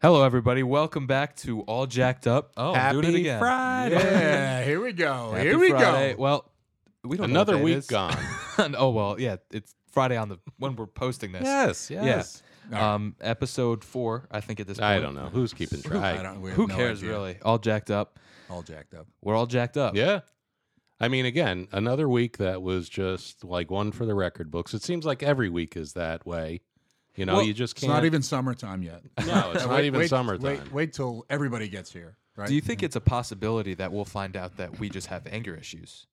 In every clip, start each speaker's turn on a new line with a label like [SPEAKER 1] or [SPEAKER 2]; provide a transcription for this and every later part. [SPEAKER 1] Hello, everybody. Welcome back to All Jacked Up. Oh, I'm doing it
[SPEAKER 2] Happy
[SPEAKER 1] again.
[SPEAKER 2] Friday.
[SPEAKER 3] Yeah, here we go.
[SPEAKER 1] Happy
[SPEAKER 3] here we
[SPEAKER 1] Friday.
[SPEAKER 3] go.
[SPEAKER 1] Well, we don't know
[SPEAKER 2] Another
[SPEAKER 1] what day it
[SPEAKER 2] week
[SPEAKER 1] is.
[SPEAKER 2] gone.
[SPEAKER 1] oh well, yeah. It's Friday on the when we're posting this.
[SPEAKER 2] yes, yes.
[SPEAKER 1] Um, episode four, I think at this point.
[SPEAKER 2] I don't know who's keeping track.
[SPEAKER 3] I don't, we have
[SPEAKER 1] Who
[SPEAKER 3] no
[SPEAKER 1] cares
[SPEAKER 3] idea.
[SPEAKER 1] really? All jacked up.
[SPEAKER 3] All jacked up.
[SPEAKER 1] We're all jacked up.
[SPEAKER 2] Yeah. I mean, again, another week that was just like one for the record books. It seems like every week is that way. You know,
[SPEAKER 1] Well,
[SPEAKER 2] you just
[SPEAKER 3] It's
[SPEAKER 2] can't.
[SPEAKER 3] not even summertime yet.
[SPEAKER 2] No, it's not
[SPEAKER 3] Wait-
[SPEAKER 2] even
[SPEAKER 3] wait-
[SPEAKER 2] summertime.
[SPEAKER 3] Wait, wait till everybody gets here. Right?
[SPEAKER 1] Do you think it's a possibility that we'll find out that we just have anger issues?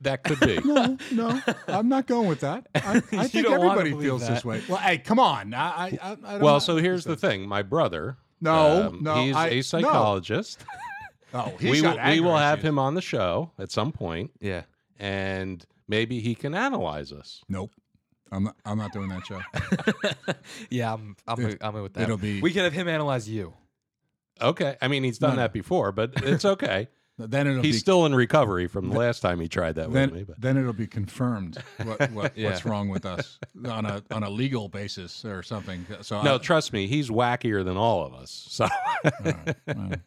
[SPEAKER 2] That could be.
[SPEAKER 3] no, no, I'm not going with that. I, I
[SPEAKER 1] You
[SPEAKER 3] think
[SPEAKER 1] don't wanna
[SPEAKER 3] everybody
[SPEAKER 1] believe
[SPEAKER 3] feels
[SPEAKER 1] that.
[SPEAKER 3] this way. Well, hey, come on. I, I, I, I don't know.
[SPEAKER 2] well, so here's the thing. My brother.
[SPEAKER 3] No,
[SPEAKER 2] um,
[SPEAKER 3] no,
[SPEAKER 2] He's a
[SPEAKER 3] I- no.
[SPEAKER 2] psychologist.
[SPEAKER 3] oh, he's
[SPEAKER 2] we will,
[SPEAKER 3] got
[SPEAKER 2] we
[SPEAKER 3] anger
[SPEAKER 2] will have
[SPEAKER 3] issues.
[SPEAKER 2] him on the show at some point,
[SPEAKER 1] Yeah.
[SPEAKER 2] and maybe he can analyze us.
[SPEAKER 3] Nope. I'm not, I'm not doing that show.
[SPEAKER 1] Yeah, I'm I'm,
[SPEAKER 3] It-
[SPEAKER 1] I'm with that.
[SPEAKER 3] it'll be-
[SPEAKER 1] we could have him analyze you.
[SPEAKER 2] Okay. I mean, he's done
[SPEAKER 3] No, no.
[SPEAKER 2] that before, but it's okay.
[SPEAKER 3] Then it'll
[SPEAKER 2] he's
[SPEAKER 3] be
[SPEAKER 2] still in recovery from the last time he tried that
[SPEAKER 3] then,
[SPEAKER 2] with me. But
[SPEAKER 3] then it'll be confirmed what, what
[SPEAKER 1] Yeah.
[SPEAKER 3] what's wrong with us on a on a legal basis or something. So
[SPEAKER 2] no, trust me, he's wackier than all of us. So
[SPEAKER 3] I, all right, all right.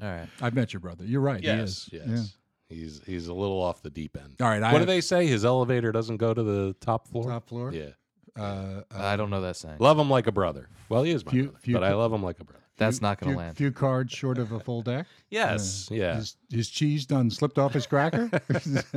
[SPEAKER 1] All right.
[SPEAKER 3] I've met your brother. You're right.
[SPEAKER 2] yes,
[SPEAKER 3] he
[SPEAKER 2] yes,
[SPEAKER 3] is. Yeah.
[SPEAKER 2] he's he's a little off the deep end.
[SPEAKER 3] All right. I
[SPEAKER 2] what do
[SPEAKER 3] have
[SPEAKER 2] they say? His elevator doesn't go to the top floor.
[SPEAKER 3] top floor.
[SPEAKER 2] Yeah,
[SPEAKER 3] Uh, uh,
[SPEAKER 1] I don't know that saying.
[SPEAKER 2] love him like a brother. Well, he is my
[SPEAKER 3] Few-
[SPEAKER 2] brother,
[SPEAKER 3] few
[SPEAKER 2] but I
[SPEAKER 3] co-
[SPEAKER 2] love him like a brother.
[SPEAKER 1] That's not going
[SPEAKER 3] few,
[SPEAKER 1] to land.
[SPEAKER 3] Few cards short of a full deck.
[SPEAKER 2] Yes, yeah,
[SPEAKER 3] His, his cheese done slipped off his cracker.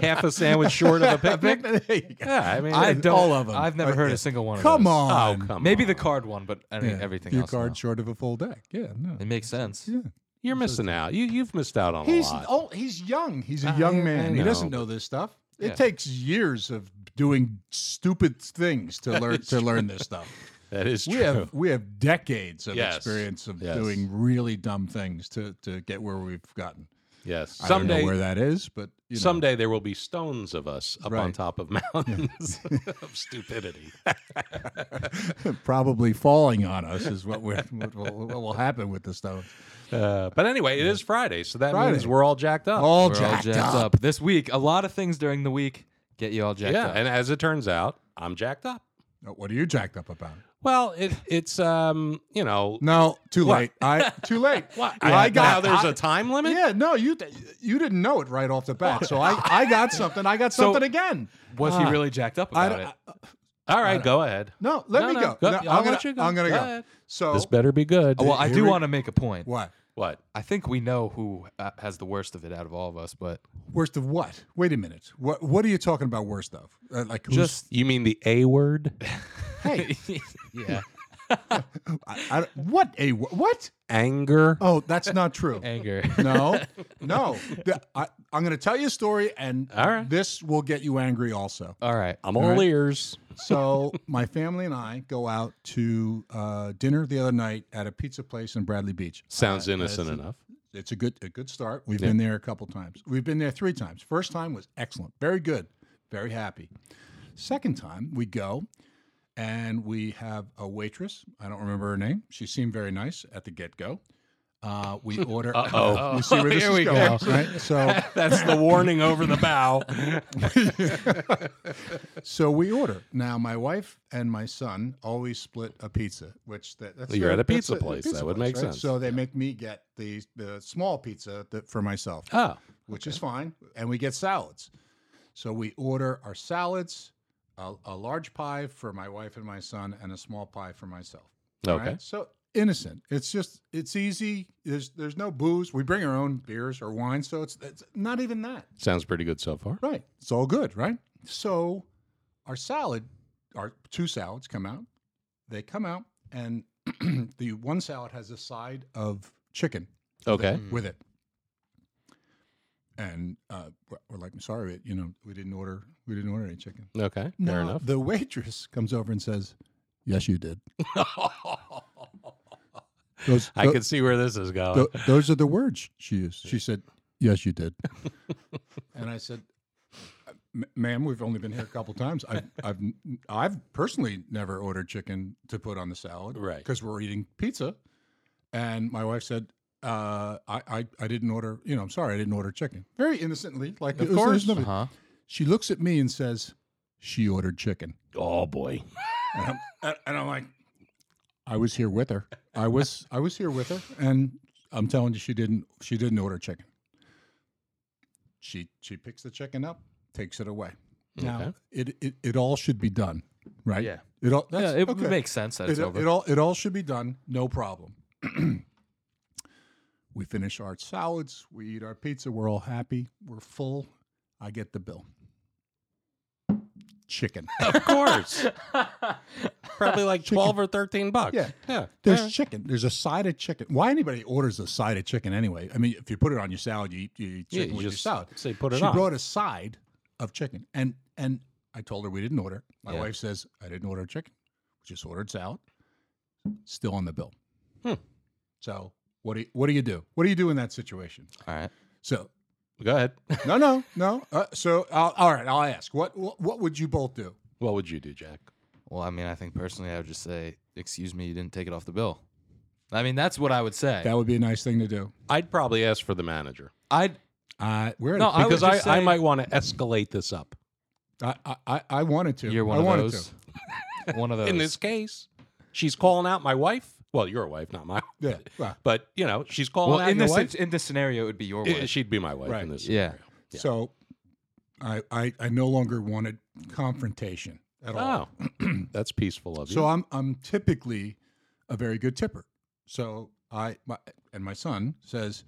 [SPEAKER 2] half a sandwich short of a picnic.
[SPEAKER 3] There you go.
[SPEAKER 2] yeah, I mean,
[SPEAKER 1] I
[SPEAKER 2] it-
[SPEAKER 1] don't.
[SPEAKER 3] all of 'em.
[SPEAKER 1] I've never
[SPEAKER 3] Like
[SPEAKER 1] heard a
[SPEAKER 3] this.
[SPEAKER 1] single one. of
[SPEAKER 3] Come
[SPEAKER 1] those.
[SPEAKER 2] Oh,
[SPEAKER 3] on.
[SPEAKER 2] come
[SPEAKER 1] Maybe
[SPEAKER 2] on.
[SPEAKER 1] the card one, but I mean
[SPEAKER 3] Yeah,
[SPEAKER 1] everything
[SPEAKER 3] few
[SPEAKER 1] else.
[SPEAKER 3] cards
[SPEAKER 1] no.
[SPEAKER 3] short of a full deck. Yeah. No.
[SPEAKER 1] It makes sense.
[SPEAKER 3] Yeah.
[SPEAKER 2] You're missing out. You you've missed out on
[SPEAKER 3] He's
[SPEAKER 2] a lot.
[SPEAKER 3] oh, he's young. He's a
[SPEAKER 2] I- I
[SPEAKER 3] young man.
[SPEAKER 2] know,
[SPEAKER 3] he doesn't know this stuff. It
[SPEAKER 1] Yeah.
[SPEAKER 3] takes years of doing stupid things to learn to learn this stuff.
[SPEAKER 2] that is true.
[SPEAKER 3] We have we have decades of
[SPEAKER 2] Yes.
[SPEAKER 3] experience of
[SPEAKER 2] Yes.
[SPEAKER 3] doing really dumb things to to get where we've gotten.
[SPEAKER 2] yes,
[SPEAKER 3] I
[SPEAKER 2] someday
[SPEAKER 3] don't know where that is, but you know.
[SPEAKER 2] Someday there will be stones of us up on
[SPEAKER 3] Right.
[SPEAKER 2] top of mountains of stupidity.
[SPEAKER 3] probably falling on us is what we're, what, will, what will happen with the stones.
[SPEAKER 2] Uh, but anyway, it is Friday, so that
[SPEAKER 3] Friday.
[SPEAKER 2] means we're all jacked up.
[SPEAKER 3] Oh. All,
[SPEAKER 1] We're
[SPEAKER 3] jacked,
[SPEAKER 1] all jacked
[SPEAKER 3] up.
[SPEAKER 1] up. This week, a lot of things during the week get you all jacked
[SPEAKER 2] yeah,
[SPEAKER 1] up.
[SPEAKER 2] and as it turns out, I'm jacked up.
[SPEAKER 3] Oh, What are you jacked up about?
[SPEAKER 2] Well, it, it's um, you know,
[SPEAKER 3] No, too
[SPEAKER 2] What?
[SPEAKER 3] late. I too late.
[SPEAKER 2] what
[SPEAKER 3] I got.
[SPEAKER 2] now there's
[SPEAKER 3] a
[SPEAKER 2] a time limit.
[SPEAKER 3] yeah, no, you you didn't know it right off the bat. So I, I got something. I got
[SPEAKER 1] So-
[SPEAKER 3] something again.
[SPEAKER 1] Was he really jacked up
[SPEAKER 3] Ah. I
[SPEAKER 1] about
[SPEAKER 3] don't-
[SPEAKER 1] it?
[SPEAKER 2] All right, go ahead.
[SPEAKER 3] No, let
[SPEAKER 2] No,
[SPEAKER 3] me
[SPEAKER 2] no,
[SPEAKER 3] go.
[SPEAKER 2] go-
[SPEAKER 3] No,
[SPEAKER 2] I'll
[SPEAKER 3] I'm gonna
[SPEAKER 2] let you go.
[SPEAKER 3] I'm gonna
[SPEAKER 2] Go
[SPEAKER 3] go.
[SPEAKER 2] ahead.
[SPEAKER 3] So
[SPEAKER 2] This better be good.
[SPEAKER 1] well, I
[SPEAKER 3] here
[SPEAKER 1] do
[SPEAKER 3] we-
[SPEAKER 1] want to make a point.
[SPEAKER 3] what?
[SPEAKER 2] what?
[SPEAKER 1] I think we know who uh, has the worst of it out of all of us, but
[SPEAKER 3] Worst of what? Wait a minute. What what are you talking about? Worst of uh, like who's,
[SPEAKER 1] just
[SPEAKER 2] You mean the A word?
[SPEAKER 3] hey,
[SPEAKER 1] yeah,
[SPEAKER 3] I, I, don't- what a what?
[SPEAKER 2] Anger.
[SPEAKER 3] Oh, that's not true.
[SPEAKER 1] anger.
[SPEAKER 3] No, no. The- I, am going to tell you a story, and
[SPEAKER 2] All right.
[SPEAKER 3] this will get you angry also.
[SPEAKER 1] all right.
[SPEAKER 2] I'm all ears.
[SPEAKER 3] So, my family and I go out to uh, dinner the other night at a pizza place in Bradley Beach.
[SPEAKER 2] Sounds innocent enough.
[SPEAKER 3] It's a good a good start. We've been there a couple times. We've been there three times. First time was excellent, very good, very happy. Second time we go, and we have a waitress. I don't remember her name. She seemed very nice at the get go. Uh, we order.
[SPEAKER 2] Uh-oh.
[SPEAKER 3] You see where this
[SPEAKER 2] Here
[SPEAKER 3] is
[SPEAKER 2] we go.
[SPEAKER 3] going, right? So
[SPEAKER 2] That's the warning over the bow.
[SPEAKER 3] So we order. Now, my wife and my son always split a pizza, which that, that's
[SPEAKER 2] You're
[SPEAKER 3] their-
[SPEAKER 2] at a
[SPEAKER 3] that's
[SPEAKER 2] pizza
[SPEAKER 3] their
[SPEAKER 2] place. That would make sense.
[SPEAKER 3] So they make me get the the small pizza that, for myself,
[SPEAKER 2] Oh,
[SPEAKER 3] which is fine, and we get salads. So we order our salads, a, a large pie for my wife and my son, and a small pie for myself. All
[SPEAKER 2] okay.
[SPEAKER 3] right? So innocent. It's just it's easy. There's there's no booze. We bring our own beers or wine, so it's, it's not even that.
[SPEAKER 2] Sounds pretty good so far.
[SPEAKER 3] Right. It's all good, right? So our salad, our two salads come out. They come out, and the one salad has a side of chicken
[SPEAKER 2] Okay.
[SPEAKER 3] with it. And uh, we're- we're like, sorry, you know, we didn't order, we didn't order any chicken.
[SPEAKER 2] Okay. Fair
[SPEAKER 3] Now,
[SPEAKER 2] enough.
[SPEAKER 3] The waitress comes over and says, "Yes, you did." Those,
[SPEAKER 2] I
[SPEAKER 3] tho-
[SPEAKER 2] can see where this is going.
[SPEAKER 3] tho- those are the words she used. She said, "Yes, you did." and I said, "Ma- "Ma'am, we've only been here a couple times. I've, I've, I've personally never ordered chicken to put on the salad,
[SPEAKER 2] Right.
[SPEAKER 3] Because we're eating pizza." And my wife said, uh, I, "I, I didn't order. You know, I'm sorry, I didn't order chicken." Very innocently, like
[SPEAKER 2] Of
[SPEAKER 3] it was- it was
[SPEAKER 2] course.
[SPEAKER 3] nothing.
[SPEAKER 1] Huh?
[SPEAKER 3] She looks at me and says, "She ordered chicken,"
[SPEAKER 2] oh boy.
[SPEAKER 3] and I'm, and I'm like, "I was here with her." I was I was here with her, and I'm telling you, she didn't she didn't order chicken. She she picks the chicken up, takes it away. Now
[SPEAKER 2] Okay.
[SPEAKER 3] it, it it all should be done, right?
[SPEAKER 1] Yeah.
[SPEAKER 3] It all that's,
[SPEAKER 1] yeah, it
[SPEAKER 3] okay.
[SPEAKER 1] would make sense that
[SPEAKER 3] it,
[SPEAKER 1] it's
[SPEAKER 3] it
[SPEAKER 1] over.
[SPEAKER 3] all it all should be done, no problem. we finish our salads, we eat our pizza, we're all happy, we're full. I get the bill. Chicken.
[SPEAKER 2] Of course. Probably like
[SPEAKER 3] Chicken.
[SPEAKER 2] 12 or 13 bucks.
[SPEAKER 3] Yeah.
[SPEAKER 2] Yeah.
[SPEAKER 3] There's chicken. There's a side of chicken. Why anybody orders a side of chicken anyway? I mean, if you put it on your salad, you eat, you eat
[SPEAKER 2] Yeah,
[SPEAKER 3] chicken
[SPEAKER 2] you
[SPEAKER 3] with your
[SPEAKER 2] just
[SPEAKER 3] salad.
[SPEAKER 2] say put it
[SPEAKER 3] she
[SPEAKER 2] on.
[SPEAKER 3] brought a side of chicken, and and I told her we didn't order. it. My
[SPEAKER 2] Yeah.
[SPEAKER 3] wife says I didn't order chicken. We just ordered salad. Still on the bill.
[SPEAKER 2] Hmm.
[SPEAKER 3] So what do you, what do you do? What do you do in that situation?
[SPEAKER 2] All right.
[SPEAKER 3] So
[SPEAKER 2] Go ahead.
[SPEAKER 3] no, no, no. Uh, so I'll, all right, I'll ask. What, what what would you both do?
[SPEAKER 2] What would you do, Jack?
[SPEAKER 1] well, I mean, I think personally, I would just say, "Excuse me, you didn't take it off the bill." I mean, that's what I would say.
[SPEAKER 3] That would be a nice thing to do.
[SPEAKER 2] I'd probably ask for the manager
[SPEAKER 1] I'd
[SPEAKER 3] Uh, we're at
[SPEAKER 1] No,
[SPEAKER 3] a-
[SPEAKER 1] I would
[SPEAKER 2] because I,
[SPEAKER 1] just
[SPEAKER 2] I
[SPEAKER 1] say-
[SPEAKER 2] might want to escalate this up.
[SPEAKER 3] I, I, I, I wanted to.
[SPEAKER 1] You're one
[SPEAKER 3] I
[SPEAKER 1] of
[SPEAKER 3] wanted
[SPEAKER 1] those.
[SPEAKER 3] To.
[SPEAKER 1] One
[SPEAKER 3] Uh,
[SPEAKER 1] of those.
[SPEAKER 2] In this case, she's calling out my wife. Well, your wife, not mine.
[SPEAKER 3] Yeah. well,
[SPEAKER 2] But, you know, she's calling
[SPEAKER 1] well,
[SPEAKER 2] out
[SPEAKER 1] in
[SPEAKER 2] your
[SPEAKER 1] this
[SPEAKER 2] wife.
[SPEAKER 1] in this scenario, it would be your
[SPEAKER 2] Eh,
[SPEAKER 1] way.
[SPEAKER 2] She'd be my wife
[SPEAKER 3] Right.
[SPEAKER 2] in this
[SPEAKER 1] Yeah.
[SPEAKER 2] scenario. Yeah.
[SPEAKER 3] So I, I I no longer wanted confrontation at all.
[SPEAKER 2] Oh, that's peaceful of you.
[SPEAKER 3] So I'm I'm typically a very good tipper. So I my, and my son says,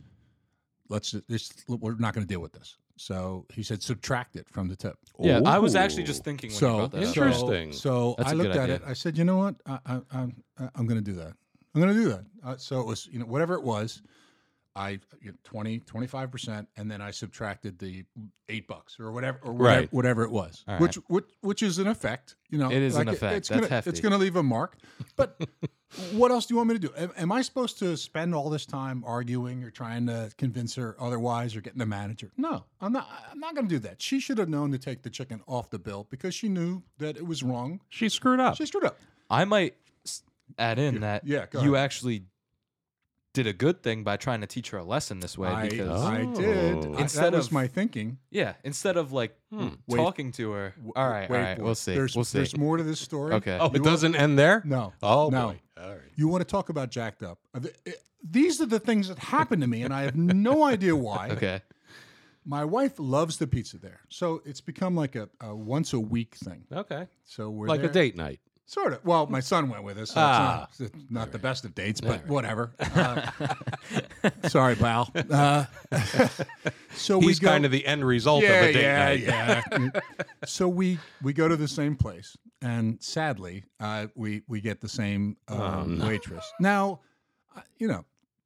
[SPEAKER 3] "Let's this we're not going to deal with this." So he said, "Subtract it from the tip."
[SPEAKER 1] yeah, I was actually
[SPEAKER 2] Ooh.
[SPEAKER 1] just thinking when you
[SPEAKER 3] So
[SPEAKER 1] brought that up.
[SPEAKER 3] so-
[SPEAKER 2] Interesting.
[SPEAKER 3] So,
[SPEAKER 1] Oh, That's
[SPEAKER 3] I
[SPEAKER 1] a
[SPEAKER 3] looked
[SPEAKER 1] good
[SPEAKER 3] at
[SPEAKER 1] idea.
[SPEAKER 3] it. I said, "You know what? I, I, I'm I'm going to do that. I'm going to do that." Uh, so it was you know whatever it was. I you know, 20, 25 percent, and then I subtracted the eight bucks or whatever or whatever,
[SPEAKER 2] Right.
[SPEAKER 3] whatever it was,
[SPEAKER 1] All
[SPEAKER 3] which which which is an effect. You know,
[SPEAKER 1] It is an effect.
[SPEAKER 3] Oh, It's
[SPEAKER 1] That's
[SPEAKER 3] gonna,
[SPEAKER 1] hefty.
[SPEAKER 3] It's going to leave a mark. But what else do you want me to do? Am, am I supposed to spend all this time arguing or trying to convince her otherwise or getting the manager? No, I'm not. I'm not going to do that. She should have known to take the chicken off the bill because she knew that it was wrong.
[SPEAKER 2] she screwed up.
[SPEAKER 3] She screwed up.
[SPEAKER 1] I might s- add in that
[SPEAKER 3] yeah, go
[SPEAKER 1] you actually did a good thing by trying to teach her a lesson this way
[SPEAKER 3] I,
[SPEAKER 1] because
[SPEAKER 3] I
[SPEAKER 2] Oh.
[SPEAKER 3] did. I, that
[SPEAKER 1] Instead
[SPEAKER 3] was
[SPEAKER 1] of-
[SPEAKER 3] my thinking.
[SPEAKER 1] yeah, instead of like
[SPEAKER 2] Hmm.
[SPEAKER 3] Wait-
[SPEAKER 1] talking to her.
[SPEAKER 3] W-
[SPEAKER 1] All right,
[SPEAKER 3] wait
[SPEAKER 1] all right,
[SPEAKER 3] for
[SPEAKER 1] we'll
[SPEAKER 3] it.
[SPEAKER 1] see.
[SPEAKER 3] There's,
[SPEAKER 1] we'll see.
[SPEAKER 3] There's more to this story.
[SPEAKER 1] Okay.
[SPEAKER 2] oh,
[SPEAKER 3] You
[SPEAKER 2] it
[SPEAKER 3] want-
[SPEAKER 2] doesn't end there?
[SPEAKER 3] No.
[SPEAKER 2] Oh,
[SPEAKER 3] no.
[SPEAKER 2] boy. All right.
[SPEAKER 3] You want to talk about jacked up? Uh, th- it- These are the things that happened to me, and I have no idea why.
[SPEAKER 1] okay.
[SPEAKER 3] My wife loves the pizza there, so it's become like a, a once a week thing.
[SPEAKER 2] Okay.
[SPEAKER 3] So we're
[SPEAKER 2] Like
[SPEAKER 3] there.
[SPEAKER 2] a date night.
[SPEAKER 3] sort of. Well, my son went with us. So
[SPEAKER 2] Ah.
[SPEAKER 3] it's not, it's not the best of dates, but
[SPEAKER 2] right.
[SPEAKER 3] whatever. Uh, sorry, pal. Uh, so we
[SPEAKER 2] He's
[SPEAKER 3] go,
[SPEAKER 2] kind of the end result of a date
[SPEAKER 3] yeah,
[SPEAKER 2] night.
[SPEAKER 3] yeah, yeah. so we we go to the same place, and sadly, uh, we we get the same uh,
[SPEAKER 2] Oh, no.
[SPEAKER 3] waitress. Now, uh, you know,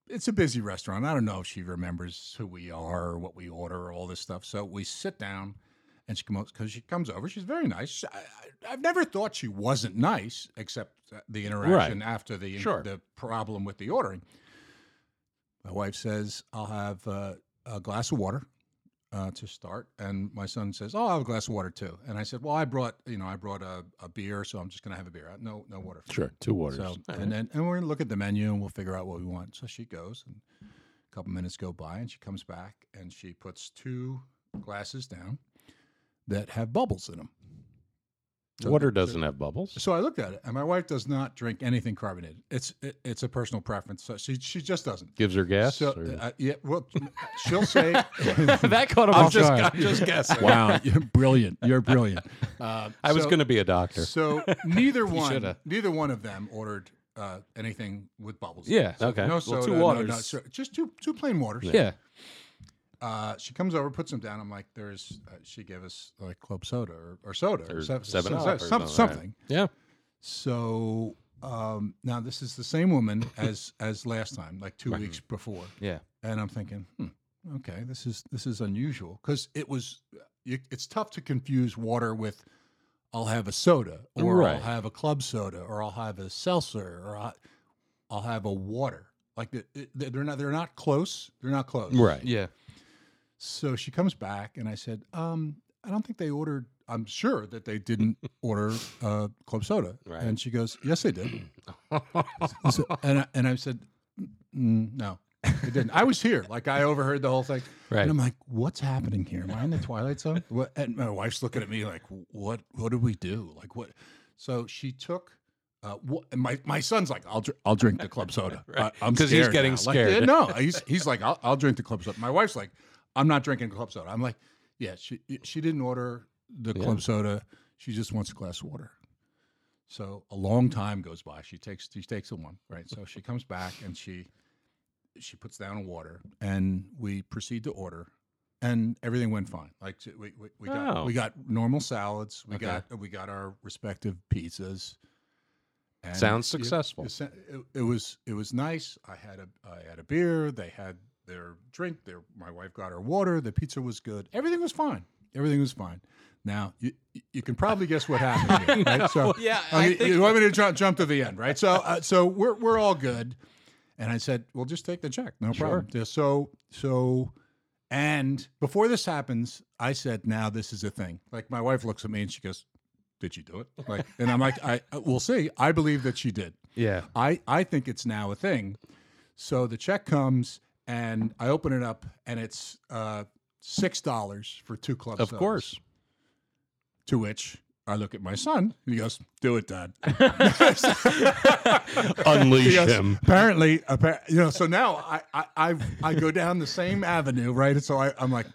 [SPEAKER 3] it's a busy restaurant. I don't know if she remembers who we are or what we order or all this stuff. So we sit down, and she comes because she comes over. She's very nice. I, I, I've never thought she wasn't nice, except uh, the interaction after the
[SPEAKER 2] Sure.
[SPEAKER 3] the problem with the ordering. My wife says, "I'll have uh, a glass of water." uh, to start. And my son says, "Oh, I'll have a glass of water too." And I said, "Well, I brought you know I brought a, a beer, so I'm just going to have a beer. uh, No, no water." for you."
[SPEAKER 2] Sure. Two waters.
[SPEAKER 3] So
[SPEAKER 2] All
[SPEAKER 3] and
[SPEAKER 2] right.
[SPEAKER 3] then and we're going to look at the menu and we'll figure out what we want. So she goes, and a couple minutes go by, and she comes back and she puts two glasses down that have bubbles in them. so
[SPEAKER 2] Water
[SPEAKER 3] the- so-
[SPEAKER 2] doesn't have bubbles.
[SPEAKER 3] So I looked at it, and my wife does not drink anything carbonated. It's it, it's a personal preference. So she she just doesn't.
[SPEAKER 2] Gives her gas.
[SPEAKER 3] So
[SPEAKER 2] or-
[SPEAKER 3] uh, yeah, well, she'll say
[SPEAKER 1] that caught him
[SPEAKER 2] I'm
[SPEAKER 1] off
[SPEAKER 2] just,
[SPEAKER 1] guard.
[SPEAKER 2] I'm just guessing.
[SPEAKER 3] wow, you're brilliant. You're brilliant. Uh,
[SPEAKER 2] I was
[SPEAKER 3] so-
[SPEAKER 2] going to be a doctor.
[SPEAKER 3] So neither one,
[SPEAKER 1] shoulda.
[SPEAKER 3] neither one of them ordered uh, anything with bubbles. in it.
[SPEAKER 1] Yeah.
[SPEAKER 2] Okay.
[SPEAKER 3] No
[SPEAKER 2] Well,
[SPEAKER 3] soda,
[SPEAKER 1] two
[SPEAKER 3] no
[SPEAKER 1] waters.
[SPEAKER 3] nuts, so- just two two plain waters.
[SPEAKER 1] Yeah.
[SPEAKER 3] Uh, she comes over, puts them down. I'm like, there's. Uh, she gave us like club soda or, or soda or,
[SPEAKER 2] Or
[SPEAKER 3] se-
[SPEAKER 2] 7
[SPEAKER 3] so-
[SPEAKER 2] Up or
[SPEAKER 3] some-
[SPEAKER 2] something like that.
[SPEAKER 3] something.
[SPEAKER 2] Yeah.
[SPEAKER 3] So um, now this is the same woman as as last time, like two weeks before.
[SPEAKER 1] Yeah.
[SPEAKER 3] and I'm thinking, hmm, okay, this is this is unusual because it was. You, it's tough to confuse water with. I'll have a soda, or I'll
[SPEAKER 2] Right.
[SPEAKER 3] have a club soda, or I'll have a seltzer, or I, I'll have a water. Like the, it- they're not they're not close. They're not close.
[SPEAKER 2] Right.
[SPEAKER 1] Yeah.
[SPEAKER 3] So she comes back, and I said, um, I don't think they ordered. I'm sure that they didn't order uh, club soda.
[SPEAKER 2] Right.
[SPEAKER 3] And she goes, Yes, they did. So- and I, and I said, "Mm, no, it didn't. I was here. Like I overheard the whole thing.
[SPEAKER 2] Right.
[SPEAKER 3] And I'm like, what's happening here? Am I in the twilight zone? What? And my wife's looking at me like, what? What did we do? Like what? So she took Uh, wh- and my my son's like, I'll dr- I'll drink the club soda.
[SPEAKER 2] Right.
[SPEAKER 3] I, am
[SPEAKER 2] 'Cause he's
[SPEAKER 3] scared
[SPEAKER 2] getting
[SPEAKER 3] now." Like,
[SPEAKER 2] scared.
[SPEAKER 3] no, he's he's like, I'll, I'll drink the club soda. My wife's like, I'm not drinking club soda. I'm like, yeah, she she didn't order the
[SPEAKER 2] Yeah.
[SPEAKER 3] club soda. She just wants a glass of water. So a long time goes by. She takes she takes the one right. So she comes back and she she puts down a water and we proceed to order and everything went fine like so we, we, we got
[SPEAKER 2] Oh.
[SPEAKER 3] we got normal salads we
[SPEAKER 1] Okay.
[SPEAKER 3] got we got our respective pizzas and
[SPEAKER 2] Sounds
[SPEAKER 3] it- it-
[SPEAKER 2] successful.
[SPEAKER 3] it, sa- it- it was it was nice i had a i had a beer they had their drink their my wife got her water the pizza was good everything was fine everything was fine now you you- you can probably guess what happened here, right? so
[SPEAKER 1] Yeah,
[SPEAKER 3] I mean, Oh, you want me to jump, jump to the end, right? So, uh, so we're we're all good. And I said, "Well, just take the check, no problem." Yeah, So, so, and before this happens, I said, "Now this is a thing." Like my wife looks at me and she goes, "Did she do it?" Like, and I'm like, "I uh, we'll see. I believe that she did.
[SPEAKER 2] Yeah.
[SPEAKER 3] I I think it's now a thing." So the check comes, and I open it up, and it's uh, six dollars for two clubs.
[SPEAKER 2] Of course.
[SPEAKER 3] To which I look at my son, and he goes, "Do it, Dad."
[SPEAKER 2] Unleash
[SPEAKER 3] Yes.
[SPEAKER 2] him.
[SPEAKER 3] Apparently, appa- you know. So now I, I, I, I go down the same avenue, right? And so I, I'm like,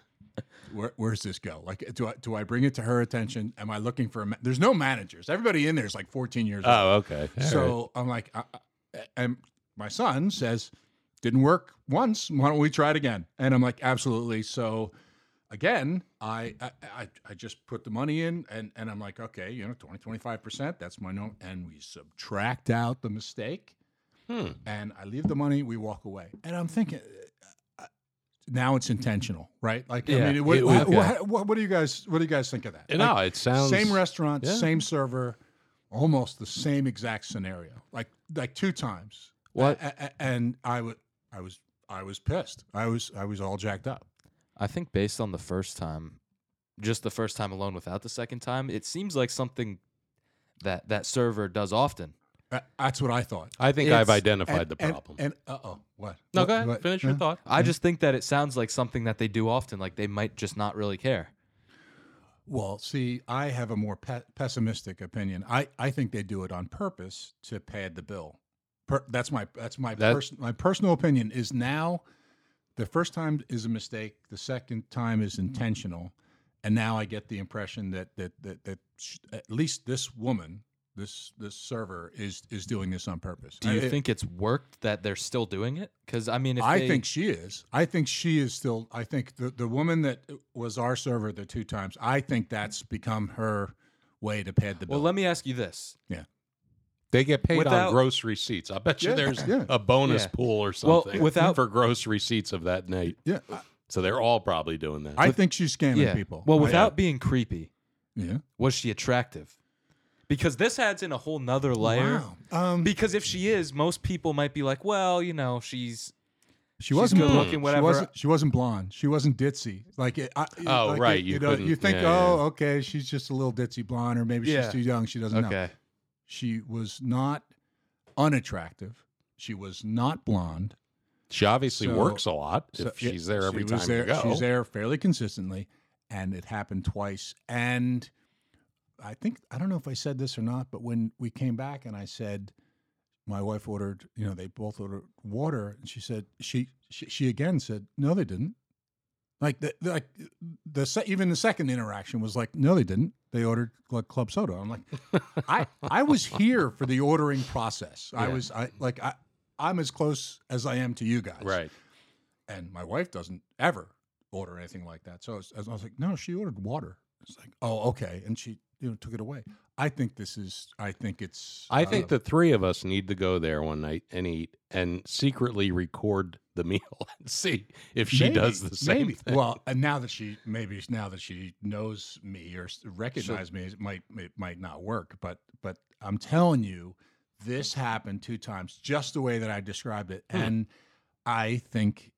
[SPEAKER 3] Where, where's this go? Like, do I, do I bring it to her attention? Am I looking for a? Ma- There's no managers. Everybody in there is like 14 years old.
[SPEAKER 2] Oh, okay. All right.
[SPEAKER 3] so I'm like, I, I- and my son says, didn't work once. Why don't we try it again? And I'm like, absolutely. So again, I I, I, I just put the money in and, and I'm like, okay, you know, 20, 25%, that's my note. And we subtract out the mistake
[SPEAKER 2] Hmm.
[SPEAKER 3] and I leave the money, we walk away. And I'm thinking, uh, now it's intentional, right? Like,
[SPEAKER 2] Yeah,
[SPEAKER 3] I mean, what,
[SPEAKER 2] it was-
[SPEAKER 3] what, what, what, do you guys, what do you guys think of that?
[SPEAKER 2] No,
[SPEAKER 3] Like,
[SPEAKER 2] it sounds
[SPEAKER 3] same restaurant,
[SPEAKER 2] yeah.
[SPEAKER 3] same server, almost the same exact scenario, like, like two times.
[SPEAKER 2] What?
[SPEAKER 3] A- a- a- and I wa- I was, I was pissed. I was, I was all jacked up.
[SPEAKER 1] I think based on the first time, just the first time alone without the second time, it seems like something that that server does often.
[SPEAKER 3] Uh, That's what I thought.
[SPEAKER 2] I think I've
[SPEAKER 1] It's-
[SPEAKER 2] identified
[SPEAKER 3] And-
[SPEAKER 2] the
[SPEAKER 3] and-
[SPEAKER 2] problem.
[SPEAKER 3] And, uh oh, what?
[SPEAKER 2] no,
[SPEAKER 3] What-
[SPEAKER 2] go ahead.
[SPEAKER 3] what-
[SPEAKER 2] Finish your
[SPEAKER 3] huh?
[SPEAKER 2] thought.
[SPEAKER 1] I just think that it sounds like something that they do often. Like they might just not really care.
[SPEAKER 3] Well, see, I have a more pe- pessimistic opinion. I, I think they do it on purpose to pad the bill. Per- that's my that's my
[SPEAKER 2] That-
[SPEAKER 3] pers- my personal opinion is now the first time is a mistake, the second time is intentional, and now I get the impression that that that, that sh- at least this woman, this this server is is doing this on purpose.
[SPEAKER 1] Do you
[SPEAKER 3] I-
[SPEAKER 1] think it's worked that they're still doing it? Because I mean, if
[SPEAKER 3] I
[SPEAKER 1] they-
[SPEAKER 3] think she is. I think she is still. I think the, the woman that was our server the two times. I think that's become her way to pad the bill.
[SPEAKER 1] Well, let me ask you this.
[SPEAKER 2] They get paid
[SPEAKER 1] Without-
[SPEAKER 2] on gross receipts. I bet you
[SPEAKER 3] Yeah,
[SPEAKER 2] there's
[SPEAKER 3] yeah.
[SPEAKER 2] a bonus
[SPEAKER 1] Yeah.
[SPEAKER 2] pool or
[SPEAKER 1] Well,
[SPEAKER 2] something
[SPEAKER 1] without-
[SPEAKER 2] for gross receipts of that night.
[SPEAKER 3] yeah, I,
[SPEAKER 2] So they're all probably doing that.
[SPEAKER 3] I think she's scamming
[SPEAKER 1] Yeah.
[SPEAKER 3] people.
[SPEAKER 1] Well,
[SPEAKER 3] I-
[SPEAKER 1] without being creepy,
[SPEAKER 3] yeah,
[SPEAKER 1] was she attractive? Because this adds in a whole nother layer.
[SPEAKER 3] Wow. Um,
[SPEAKER 1] Because if she is, most people might be like, well, you know, she's
[SPEAKER 3] she wasn't
[SPEAKER 1] good
[SPEAKER 3] blonde.
[SPEAKER 1] looking, whatever.
[SPEAKER 3] She wasn't, she wasn't blonde. She wasn't ditzy. Like it, I, it-
[SPEAKER 2] Oh,
[SPEAKER 3] like
[SPEAKER 2] right,
[SPEAKER 3] it-
[SPEAKER 2] you
[SPEAKER 3] you, know,
[SPEAKER 2] couldn't-
[SPEAKER 3] you think,
[SPEAKER 2] yeah, yeah,
[SPEAKER 3] oh,
[SPEAKER 2] yeah.
[SPEAKER 3] okay, she's just a little ditzy blonde, or maybe
[SPEAKER 1] Yeah.
[SPEAKER 3] she's too young. She doesn't know.
[SPEAKER 1] okay.
[SPEAKER 3] She was not unattractive. She was not blonde.
[SPEAKER 2] she obviously
[SPEAKER 3] So-
[SPEAKER 2] works a lot
[SPEAKER 3] So,
[SPEAKER 2] if
[SPEAKER 3] yeah,
[SPEAKER 2] she's there
[SPEAKER 3] she
[SPEAKER 2] every
[SPEAKER 3] was
[SPEAKER 2] time
[SPEAKER 3] there-
[SPEAKER 2] you go.
[SPEAKER 3] She's there fairly consistently, and it happened twice. And I think I don't know if I said this or not, but when we came back and I said my wife ordered, you know, they both ordered water, and she said she she, she again said no, they didn't. Like the, like the se- even the second interaction was like no, they didn't. They ordered like club soda. I'm like, I I was here for the ordering process. I
[SPEAKER 1] Yeah.
[SPEAKER 3] was I like I I'm as close as I am to you guys
[SPEAKER 2] Right.
[SPEAKER 3] and my wife doesn't ever order anything like that. So I was, I was like, no, she ordered water. It's like, oh, okay, and she you know took it away. I think this is. I think it's.
[SPEAKER 2] I
[SPEAKER 3] uh,
[SPEAKER 2] think the three of us need to go there one night and eat and secretly record the meal and see if she
[SPEAKER 3] maybe,
[SPEAKER 2] does the same
[SPEAKER 3] maybe.
[SPEAKER 2] thing.
[SPEAKER 3] Well, and now that she maybe now that she knows me or s- recognized me, it might it might not work. But but I'm telling you, this happened two times, just the way that I described it,
[SPEAKER 2] Hmm.
[SPEAKER 3] and I think.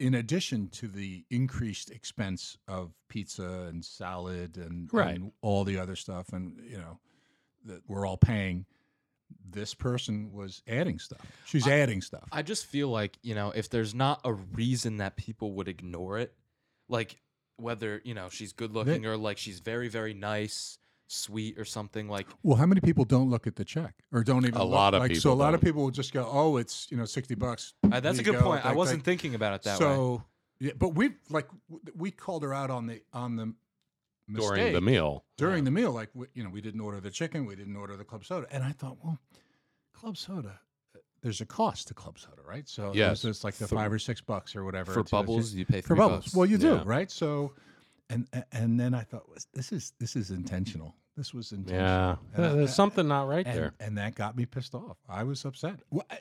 [SPEAKER 3] In addition to the increased expense of pizza and salad and,
[SPEAKER 2] Right.
[SPEAKER 3] and all the other stuff, and you know that we're all paying, this person was adding stuff. She's adding stuff.
[SPEAKER 1] I just feel like, you know, if there's not a reason that people would ignore it, like whether, you know, she's good looking or like she's very, very nice, sweet or something like
[SPEAKER 3] Well, how many people don't look at the check or don't even?
[SPEAKER 2] A
[SPEAKER 3] look?
[SPEAKER 2] lot of
[SPEAKER 3] like, So
[SPEAKER 2] people
[SPEAKER 3] a lot of
[SPEAKER 2] don't.
[SPEAKER 3] people will just go, "Oh, it's you know sixty bucks."
[SPEAKER 1] Uh, that's a
[SPEAKER 3] There you
[SPEAKER 1] good
[SPEAKER 3] go,
[SPEAKER 1] point. I
[SPEAKER 3] like-
[SPEAKER 1] wasn't
[SPEAKER 3] like-
[SPEAKER 1] thinking about it that way.
[SPEAKER 3] so, yeah, but we like w- we called her out on the on the mistake
[SPEAKER 2] during the meal.
[SPEAKER 3] during the meal. Like we, you know, we didn't order the chicken, we didn't order the club soda, and I thought, well, club soda. uh, There's a cost to club soda, right? So it
[SPEAKER 2] Yes.
[SPEAKER 3] was just like the
[SPEAKER 2] For-
[SPEAKER 3] five or six bucks or whatever
[SPEAKER 1] For
[SPEAKER 3] it's- it's-
[SPEAKER 1] bubbles, you pay
[SPEAKER 3] for
[SPEAKER 1] three
[SPEAKER 3] bubbles.
[SPEAKER 1] bucks.
[SPEAKER 3] Well, you do,
[SPEAKER 2] Yeah.
[SPEAKER 3] right? So, and a- and then I thought, this is this is intentional. This was intentional.
[SPEAKER 2] Yeah,
[SPEAKER 3] And I-
[SPEAKER 2] there's something not right
[SPEAKER 3] and,
[SPEAKER 2] there.
[SPEAKER 3] and that got me pissed off. I was upset. Well, I,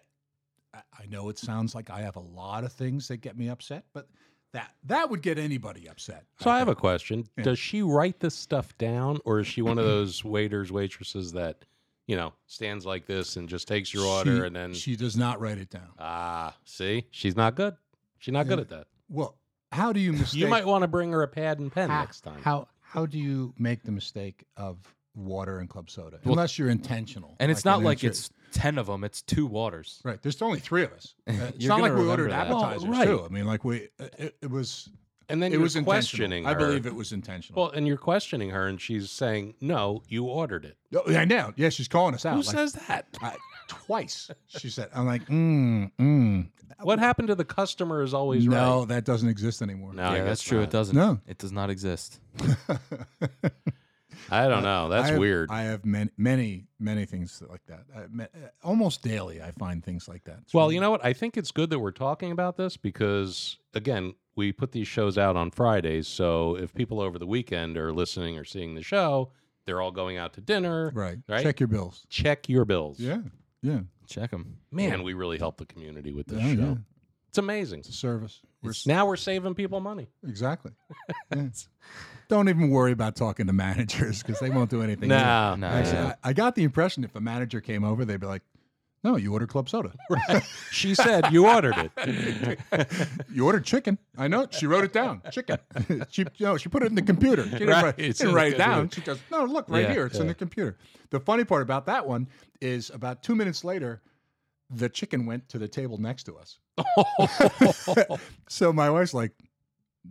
[SPEAKER 3] I- I know it sounds like I have a lot of things that get me upset, but that that would get anybody upset.
[SPEAKER 2] So I have a
[SPEAKER 3] think.
[SPEAKER 2] question.
[SPEAKER 3] Yeah.
[SPEAKER 2] Does she write this stuff down, or is she one of those waiters, waitresses that, you know, stands like this and just takes your order
[SPEAKER 3] She-
[SPEAKER 2] and then
[SPEAKER 3] she does not write it down.
[SPEAKER 2] ah, see, she's not good. She's not good
[SPEAKER 3] Yeah.
[SPEAKER 2] at that.
[SPEAKER 3] Well, how do you mistake?
[SPEAKER 2] You might want to bring her a pad and pen
[SPEAKER 3] how,
[SPEAKER 2] next time.
[SPEAKER 3] How how do you make the mistake of water and club soda
[SPEAKER 1] Well-
[SPEAKER 3] unless you're intentional?
[SPEAKER 1] and it's
[SPEAKER 3] I
[SPEAKER 1] not
[SPEAKER 3] know
[SPEAKER 1] like
[SPEAKER 3] you're-
[SPEAKER 1] it's ten of them. It's two waters.
[SPEAKER 3] Right. There's only three of us. Uh, it's
[SPEAKER 1] You're
[SPEAKER 3] not
[SPEAKER 1] gonna
[SPEAKER 3] like we
[SPEAKER 1] remember
[SPEAKER 3] ordered
[SPEAKER 1] that.
[SPEAKER 2] Well,
[SPEAKER 3] appetizers
[SPEAKER 2] right.
[SPEAKER 3] too. I mean, like we uh, it, it was
[SPEAKER 2] and then
[SPEAKER 3] it
[SPEAKER 2] you're
[SPEAKER 3] was intentional.
[SPEAKER 2] questioning.
[SPEAKER 3] I
[SPEAKER 2] her.
[SPEAKER 3] believe it was intentional.
[SPEAKER 2] Well, and you're questioning her, and she's saying, "No, you ordered it."
[SPEAKER 3] Oh, yeah, I know. Yeah, she's calling us out.
[SPEAKER 2] Who
[SPEAKER 3] like,
[SPEAKER 2] says that?
[SPEAKER 3] I- twice she said. I'm like, mm, mm.
[SPEAKER 2] What happened to the customer is always
[SPEAKER 3] No,
[SPEAKER 2] right.
[SPEAKER 3] that doesn't exist anymore.
[SPEAKER 2] No, I
[SPEAKER 1] yeah,
[SPEAKER 2] guess
[SPEAKER 1] that's true. It
[SPEAKER 2] not.
[SPEAKER 1] doesn't.
[SPEAKER 3] No.
[SPEAKER 1] it does not exist.
[SPEAKER 2] I don't know. That's
[SPEAKER 3] I have-
[SPEAKER 2] weird.
[SPEAKER 3] I have many, many, many things like that. I, ma- uh, almost daily, I find things like that. It's
[SPEAKER 2] Well,
[SPEAKER 3] really-
[SPEAKER 2] you know what? I think it's good that we're talking about this because, again, we put these shows out on Fridays. So if people over the weekend are listening or seeing the show, they're all going out to dinner.
[SPEAKER 3] right.
[SPEAKER 2] right?
[SPEAKER 3] Check your bills.
[SPEAKER 2] Check your bills.
[SPEAKER 3] Yeah, yeah.
[SPEAKER 1] Check them.
[SPEAKER 2] Man, we really help the community with this
[SPEAKER 3] Yeah,
[SPEAKER 2] show.
[SPEAKER 3] yeah.
[SPEAKER 2] It's amazing.
[SPEAKER 3] It's a service. We're s-
[SPEAKER 2] Now we're saving people money.
[SPEAKER 3] exactly. Yeah. Don't even worry about talking to managers because they won't do anything. either.
[SPEAKER 2] Nah.
[SPEAKER 1] No,
[SPEAKER 3] Actually,
[SPEAKER 1] yeah.
[SPEAKER 3] I, I got the impression if a manager came over, they'd be like, "No, you ordered club soda.
[SPEAKER 2] she said you ordered it.
[SPEAKER 3] You ordered chicken. I know. She wrote it down. Chicken. she no, she put it in the computer. She didn't,
[SPEAKER 2] Right,
[SPEAKER 3] write, she
[SPEAKER 2] it's
[SPEAKER 3] didn't
[SPEAKER 2] in the
[SPEAKER 3] write it down.
[SPEAKER 2] computer.
[SPEAKER 3] She goes, no, look right
[SPEAKER 1] Yeah,
[SPEAKER 3] here. It's in the computer. The funny part about that one is about two minutes later, the chicken went to the table next to us. So my wife's like,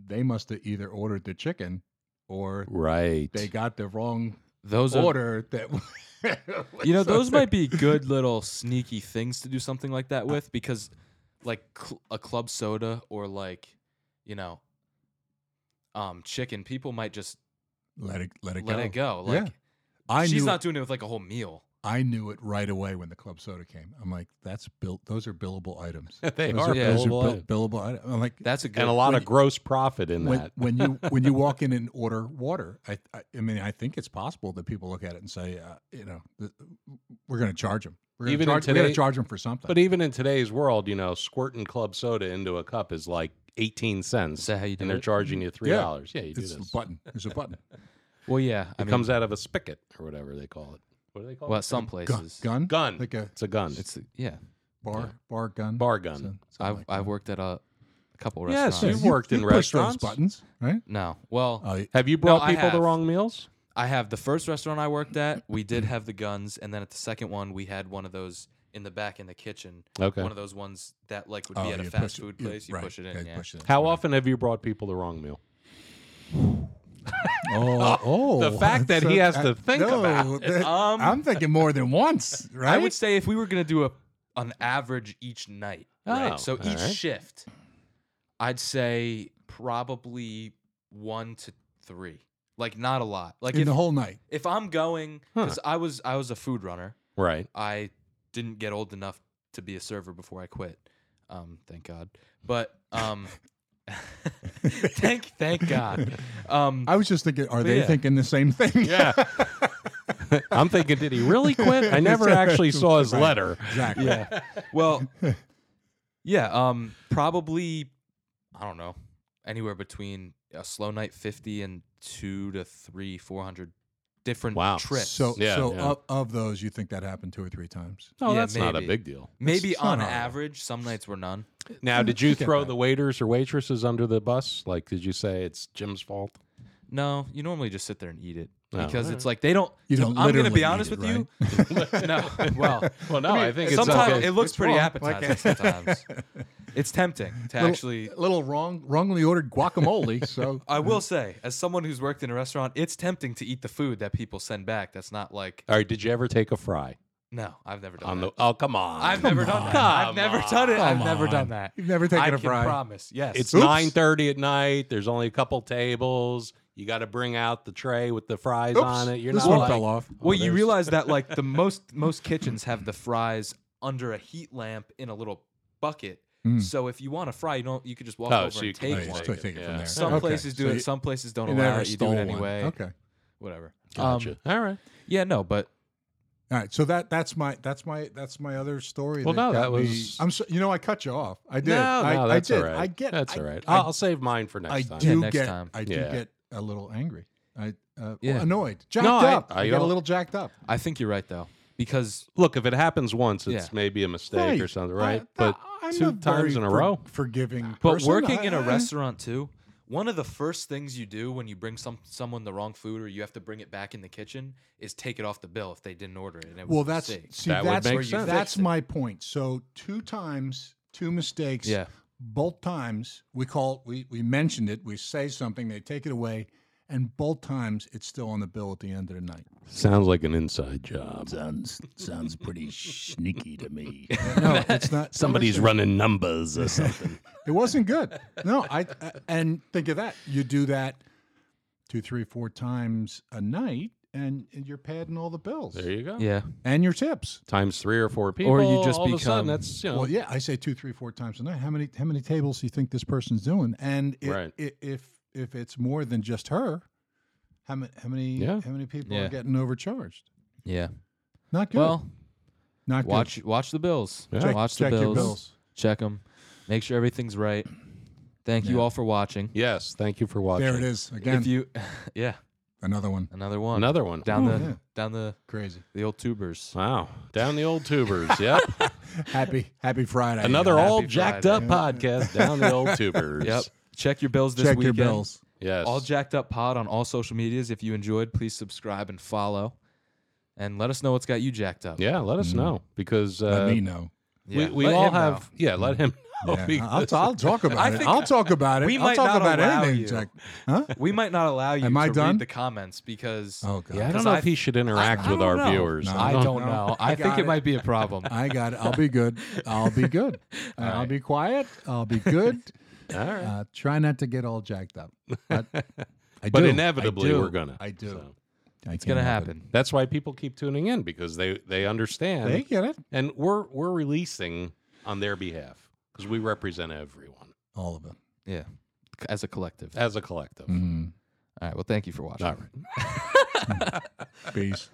[SPEAKER 3] they must have either ordered the chicken or
[SPEAKER 2] right.
[SPEAKER 3] they got the wrong
[SPEAKER 1] Those are
[SPEAKER 3] order that.
[SPEAKER 1] you know those might be good little sneaky things to do something like that with because like cl- a club soda or like you know um chicken people might just
[SPEAKER 3] let it let it
[SPEAKER 1] let
[SPEAKER 3] go.
[SPEAKER 1] it go
[SPEAKER 3] Yeah.
[SPEAKER 1] like
[SPEAKER 3] I
[SPEAKER 1] she's
[SPEAKER 3] knew
[SPEAKER 1] not
[SPEAKER 3] it,
[SPEAKER 1] doing it with like a whole meal
[SPEAKER 3] I knew it right away when the club soda came. I'm like, that's built. Those are billable items.
[SPEAKER 2] they
[SPEAKER 3] Those
[SPEAKER 2] are
[SPEAKER 1] yeah,
[SPEAKER 3] those
[SPEAKER 2] billable
[SPEAKER 3] bill-
[SPEAKER 2] items.
[SPEAKER 3] billable items. I'm like
[SPEAKER 1] that's a good
[SPEAKER 2] and a lot
[SPEAKER 3] When
[SPEAKER 2] of
[SPEAKER 3] you-
[SPEAKER 2] gross profit in
[SPEAKER 3] when,
[SPEAKER 2] that.
[SPEAKER 3] when you when you walk in and order water, I, I I mean I think it's possible that people look at it and say, uh, you know, th- we're going to charge them. We're going
[SPEAKER 2] Even
[SPEAKER 3] to
[SPEAKER 2] in
[SPEAKER 3] charge, we're gonna
[SPEAKER 2] today-
[SPEAKER 3] charge them for something.
[SPEAKER 2] But even in today's world, you know, squirting club soda into a cup is like 18
[SPEAKER 1] is
[SPEAKER 2] cents.
[SPEAKER 1] that how you do
[SPEAKER 2] And they're
[SPEAKER 1] it
[SPEAKER 2] charging you three dollars. Yeah. you do
[SPEAKER 3] it's a
[SPEAKER 2] this.
[SPEAKER 3] button. There's a button.
[SPEAKER 1] well yeah
[SPEAKER 2] it
[SPEAKER 1] i mean
[SPEAKER 2] comes out of a spigot or whatever they call it. What do they call
[SPEAKER 1] well
[SPEAKER 2] it?
[SPEAKER 1] at some
[SPEAKER 3] gun,
[SPEAKER 1] places
[SPEAKER 3] gun,
[SPEAKER 2] Gun.
[SPEAKER 3] like a
[SPEAKER 2] It's a gun. It's
[SPEAKER 1] it's yeah
[SPEAKER 3] bar, bar gun,
[SPEAKER 2] bar gun.
[SPEAKER 3] something
[SPEAKER 1] i've
[SPEAKER 3] like that.
[SPEAKER 1] i've worked at a, a couple
[SPEAKER 2] Yes,
[SPEAKER 1] restaurants
[SPEAKER 3] Yeah,
[SPEAKER 2] You've worked in
[SPEAKER 3] push those
[SPEAKER 2] restaurants.
[SPEAKER 3] buttons, right?
[SPEAKER 1] no well
[SPEAKER 3] Oh,
[SPEAKER 2] Have you brought
[SPEAKER 1] I
[SPEAKER 2] people the
[SPEAKER 1] have.
[SPEAKER 2] wrong meals?
[SPEAKER 1] I have the first restaurant I worked at. We did have the guns, and then at the second one, we had one of those in the back in the kitchen.
[SPEAKER 2] Okay.
[SPEAKER 1] One of those ones that like would
[SPEAKER 3] oh,
[SPEAKER 1] be at a
[SPEAKER 3] you
[SPEAKER 1] fast
[SPEAKER 3] push it-
[SPEAKER 1] food
[SPEAKER 3] you-
[SPEAKER 1] place. You
[SPEAKER 3] right,
[SPEAKER 1] push it
[SPEAKER 3] yeah,
[SPEAKER 1] in. Yeah.
[SPEAKER 3] push it in.
[SPEAKER 2] How often have you brought people the wrong meal?
[SPEAKER 3] Oh, oh,
[SPEAKER 2] the fact that he has
[SPEAKER 3] I-
[SPEAKER 2] to think
[SPEAKER 3] no,
[SPEAKER 2] about
[SPEAKER 3] that-
[SPEAKER 1] Um,
[SPEAKER 3] I'm thinking more than once, right?
[SPEAKER 1] I would say if we were gonna do a an average each night,
[SPEAKER 2] Oh,
[SPEAKER 1] right? So
[SPEAKER 2] all
[SPEAKER 1] each
[SPEAKER 2] right.
[SPEAKER 1] shift, I'd say probably one to three. Like not a lot. Like
[SPEAKER 3] in
[SPEAKER 1] if,
[SPEAKER 3] the whole night.
[SPEAKER 1] if I'm going,
[SPEAKER 2] Huh.
[SPEAKER 1] because I was I was a food runner.
[SPEAKER 2] Right.
[SPEAKER 1] I didn't get old enough to be a server before I quit. Um, thank God. But um, thank thank God. Um,
[SPEAKER 3] I was just thinking, are they
[SPEAKER 1] yeah.
[SPEAKER 3] thinking the same thing?
[SPEAKER 2] Yeah. I'm thinking, did he really quit? I never actually saw his
[SPEAKER 3] Right.
[SPEAKER 2] letter.
[SPEAKER 3] exactly.
[SPEAKER 1] yeah. Well, yeah. Um, probably I don't know anywhere between a slow night fifty and two to three four hundred different
[SPEAKER 2] Wow.
[SPEAKER 1] trips.
[SPEAKER 3] So,
[SPEAKER 2] Yeah,
[SPEAKER 3] so
[SPEAKER 2] yeah.
[SPEAKER 3] Of, of those, you think that happened two or three times?
[SPEAKER 2] Oh,
[SPEAKER 1] Yeah,
[SPEAKER 2] that's not a
[SPEAKER 1] maybe.
[SPEAKER 2] big deal.
[SPEAKER 1] maybe
[SPEAKER 3] it's not
[SPEAKER 1] on
[SPEAKER 3] horrible.
[SPEAKER 1] average, some nights were none.
[SPEAKER 2] Now, did you
[SPEAKER 3] get
[SPEAKER 2] throw
[SPEAKER 3] that.
[SPEAKER 2] the waiters or waitresses under the bus? Like, did you say it's Jim's fault?
[SPEAKER 1] No, you normally just sit there and eat it
[SPEAKER 2] Oh,
[SPEAKER 1] because
[SPEAKER 2] all
[SPEAKER 1] it's like they don't.
[SPEAKER 3] You don't
[SPEAKER 1] I'm gonna
[SPEAKER 3] literally eat
[SPEAKER 1] be honest
[SPEAKER 3] it,
[SPEAKER 1] with you. no, well,
[SPEAKER 2] Well, no, I, think it's
[SPEAKER 1] sometimes
[SPEAKER 2] okay.
[SPEAKER 1] it looks
[SPEAKER 3] It's
[SPEAKER 1] pretty
[SPEAKER 3] wrong. Like-
[SPEAKER 1] appetizing. sometimes, It's tempting to
[SPEAKER 3] Little-
[SPEAKER 1] actually.
[SPEAKER 3] A little wrong, wrongly ordered guacamole. so
[SPEAKER 1] I will say, as someone who's worked in a restaurant, it's tempting to eat the food that people send back. That's not like
[SPEAKER 2] All right, did you ever take a fry
[SPEAKER 1] no, I've never done
[SPEAKER 2] on
[SPEAKER 1] that.
[SPEAKER 2] the? Oh, come on!
[SPEAKER 1] I've never done that. I've
[SPEAKER 2] Come
[SPEAKER 1] never done it. I've
[SPEAKER 3] Come
[SPEAKER 1] never
[SPEAKER 3] on.
[SPEAKER 1] done that.
[SPEAKER 3] you've never taken
[SPEAKER 1] I
[SPEAKER 3] a
[SPEAKER 1] can
[SPEAKER 3] fry.
[SPEAKER 1] promise. Yes,
[SPEAKER 2] It's
[SPEAKER 3] Oops.
[SPEAKER 2] nine thirty at night. There's only a couple tables. You got to bring out the tray with the fries
[SPEAKER 3] Oops,
[SPEAKER 2] on it. You're
[SPEAKER 3] this
[SPEAKER 2] not
[SPEAKER 3] one
[SPEAKER 2] like,
[SPEAKER 3] fell off.
[SPEAKER 1] Well, you
[SPEAKER 2] there's-
[SPEAKER 1] realize that like the most most kitchens have the fries under a heat lamp in a little bucket.
[SPEAKER 3] Mm.
[SPEAKER 1] So if you want to fry, you don't. You could just walk
[SPEAKER 2] Oh,
[SPEAKER 1] over
[SPEAKER 2] so you
[SPEAKER 1] and
[SPEAKER 2] can
[SPEAKER 1] take
[SPEAKER 3] Oh, you
[SPEAKER 1] one.
[SPEAKER 3] just
[SPEAKER 2] take it,
[SPEAKER 3] take it
[SPEAKER 2] yeah.
[SPEAKER 3] from there.
[SPEAKER 1] Some
[SPEAKER 3] Okay,
[SPEAKER 1] places do
[SPEAKER 3] so
[SPEAKER 1] it.
[SPEAKER 3] you-
[SPEAKER 1] some places don't
[SPEAKER 3] you
[SPEAKER 1] allow
[SPEAKER 3] never
[SPEAKER 1] it. You do
[SPEAKER 3] stole
[SPEAKER 1] it
[SPEAKER 3] one.
[SPEAKER 1] anyway.
[SPEAKER 3] Okay.
[SPEAKER 1] Whatever. Um,
[SPEAKER 2] Gotcha. All right.
[SPEAKER 1] yeah. No. But
[SPEAKER 3] All right, so that that's my that's my that's my other story.
[SPEAKER 2] Well, no,
[SPEAKER 3] got
[SPEAKER 2] that
[SPEAKER 3] me-
[SPEAKER 2] was-
[SPEAKER 3] I'm so, you know I cut you off. I did.
[SPEAKER 2] No,
[SPEAKER 3] I,
[SPEAKER 2] no,
[SPEAKER 3] I
[SPEAKER 2] that's
[SPEAKER 3] did.
[SPEAKER 2] all right.
[SPEAKER 3] I get.
[SPEAKER 2] that's
[SPEAKER 3] I,
[SPEAKER 2] all right.
[SPEAKER 3] I-
[SPEAKER 2] I'll, I'll save mine for next
[SPEAKER 3] I
[SPEAKER 2] time.
[SPEAKER 3] do
[SPEAKER 1] Yeah, next
[SPEAKER 3] get.
[SPEAKER 1] time.
[SPEAKER 3] I do
[SPEAKER 2] Yeah.
[SPEAKER 3] get a little angry. I uh,
[SPEAKER 1] Yeah.
[SPEAKER 3] annoyed, jacked
[SPEAKER 2] I-
[SPEAKER 3] up. I,
[SPEAKER 2] I
[SPEAKER 3] got a
[SPEAKER 2] al-
[SPEAKER 3] little jacked up.
[SPEAKER 1] I think you're right though, because
[SPEAKER 2] Look, if it happens once, it's
[SPEAKER 1] Yeah.
[SPEAKER 2] maybe a mistake or
[SPEAKER 3] Right.
[SPEAKER 2] something,
[SPEAKER 3] I-
[SPEAKER 2] right?
[SPEAKER 3] I-
[SPEAKER 2] but
[SPEAKER 3] I'm
[SPEAKER 2] two
[SPEAKER 3] a
[SPEAKER 2] times
[SPEAKER 3] very
[SPEAKER 2] in a
[SPEAKER 3] for-
[SPEAKER 2] row.
[SPEAKER 3] forgiving.
[SPEAKER 1] but
[SPEAKER 3] person.
[SPEAKER 1] working in a
[SPEAKER 3] I- I-
[SPEAKER 1] restaurant too, one of the first things you do when you bring some someone the wrong food or you have to bring it back in the kitchen is take it off the bill if they didn't order it. And it was
[SPEAKER 3] Well,
[SPEAKER 1] a
[SPEAKER 3] that's
[SPEAKER 1] mistake.
[SPEAKER 3] see,
[SPEAKER 2] That would
[SPEAKER 3] that's
[SPEAKER 2] make
[SPEAKER 3] where you-
[SPEAKER 2] sense.
[SPEAKER 3] that's
[SPEAKER 1] Fixed it.
[SPEAKER 3] my point. So two times, two mistakes.
[SPEAKER 1] yeah.
[SPEAKER 3] both times we call we we mentioned it we say something they take it away and both times it's still on the bill at the end of the night
[SPEAKER 2] Sounds like an inside job.
[SPEAKER 4] Sounds sounds pretty sneaky to me.
[SPEAKER 3] no it's not
[SPEAKER 2] Somebody's
[SPEAKER 3] it wasn't-
[SPEAKER 2] running numbers or something.
[SPEAKER 3] it wasn't good no I, I and think of that you do that two three four times a night and you're padding all the bills
[SPEAKER 2] there you go.
[SPEAKER 1] Yeah.
[SPEAKER 3] and your tips
[SPEAKER 2] Times three or four people.
[SPEAKER 1] Or you just
[SPEAKER 2] all of a
[SPEAKER 1] become-
[SPEAKER 2] sudden, that's you know,
[SPEAKER 3] well yeah i say two three four times a night how many how many tables do you think this person's doing and i-
[SPEAKER 2] Right.
[SPEAKER 3] i- if if it's more than just her how many how many
[SPEAKER 2] Yeah.
[SPEAKER 3] how many people
[SPEAKER 1] Yeah.
[SPEAKER 3] are getting overcharged
[SPEAKER 1] Yeah.
[SPEAKER 3] not good
[SPEAKER 1] Well,
[SPEAKER 3] Not
[SPEAKER 1] watch watch the bills.
[SPEAKER 2] Yeah.
[SPEAKER 3] Check,
[SPEAKER 1] Watch
[SPEAKER 3] check
[SPEAKER 1] the
[SPEAKER 3] your bills.
[SPEAKER 1] check them, make sure everything's right. Thank you
[SPEAKER 3] Yeah.
[SPEAKER 1] all for watching.
[SPEAKER 2] yes. Thank you for watching.
[SPEAKER 3] There it is again.
[SPEAKER 1] If you, yeah,
[SPEAKER 3] another one.
[SPEAKER 1] another one
[SPEAKER 2] Another one.
[SPEAKER 1] down the
[SPEAKER 3] yeah.
[SPEAKER 1] down the
[SPEAKER 3] Crazy.
[SPEAKER 1] the old tubers.
[SPEAKER 2] Wow. Down the old tubers. Yep.
[SPEAKER 3] Happy Happy Friday.
[SPEAKER 2] Another
[SPEAKER 1] Happy
[SPEAKER 2] all jacked
[SPEAKER 1] Friday.
[SPEAKER 2] up podcast down the old tubers.
[SPEAKER 1] Yep. Check your bills this
[SPEAKER 3] Check your
[SPEAKER 1] weekend.
[SPEAKER 3] bills.
[SPEAKER 2] Yes.
[SPEAKER 1] All jacked up pod on all social medias. If you enjoyed, please subscribe and follow, and let us know what's got you jacked up. Mm.
[SPEAKER 2] yeah. Let us know because
[SPEAKER 3] Let
[SPEAKER 2] uh,
[SPEAKER 3] me know.
[SPEAKER 1] Yeah,
[SPEAKER 2] we, we
[SPEAKER 1] let
[SPEAKER 2] all
[SPEAKER 1] him know.
[SPEAKER 2] have. Yeah. Let him know.
[SPEAKER 3] Yeah, I'll,
[SPEAKER 2] because-
[SPEAKER 3] I'll talk
[SPEAKER 1] Oh, I
[SPEAKER 3] about it.
[SPEAKER 1] think-
[SPEAKER 3] I'll talk about it.
[SPEAKER 1] we
[SPEAKER 3] I'll
[SPEAKER 1] might
[SPEAKER 3] talk
[SPEAKER 1] not
[SPEAKER 3] about
[SPEAKER 1] allow
[SPEAKER 3] anything.
[SPEAKER 1] you.
[SPEAKER 3] Jack. Huh?
[SPEAKER 1] We might not allow you
[SPEAKER 3] Am
[SPEAKER 1] to
[SPEAKER 3] I done?
[SPEAKER 1] read the comments because
[SPEAKER 3] Oh
[SPEAKER 2] yeah,
[SPEAKER 3] god.
[SPEAKER 2] I don't
[SPEAKER 1] 'Cause
[SPEAKER 2] know
[SPEAKER 1] I-
[SPEAKER 2] if he should interact
[SPEAKER 1] I
[SPEAKER 2] with
[SPEAKER 1] don't
[SPEAKER 2] our
[SPEAKER 1] know.
[SPEAKER 2] viewers.
[SPEAKER 3] No,
[SPEAKER 1] I don't know. I,
[SPEAKER 3] I
[SPEAKER 1] think
[SPEAKER 3] got
[SPEAKER 1] it,
[SPEAKER 3] it.
[SPEAKER 1] might be a problem.
[SPEAKER 3] I got it. I'll be good. I'll be good. Uh,
[SPEAKER 1] All
[SPEAKER 3] I'll
[SPEAKER 1] right.
[SPEAKER 3] be quiet. I'll be good.
[SPEAKER 2] All right.
[SPEAKER 3] Uh, try not to get all jacked up. But I
[SPEAKER 2] But
[SPEAKER 3] do.
[SPEAKER 2] inevitably,
[SPEAKER 3] I do.
[SPEAKER 2] we're gonna.
[SPEAKER 3] I do.
[SPEAKER 2] So
[SPEAKER 1] It's gonna happen.
[SPEAKER 2] that's why people keep tuning in because they they understand,
[SPEAKER 3] They get it.
[SPEAKER 2] and we're we're releasing on their behalf because we represent everyone
[SPEAKER 3] All of it.
[SPEAKER 1] Yeah, c- as a collective.
[SPEAKER 2] as a collective.
[SPEAKER 3] Mm.
[SPEAKER 1] All right. Well, thank you for watching.
[SPEAKER 2] All right.
[SPEAKER 3] Peace.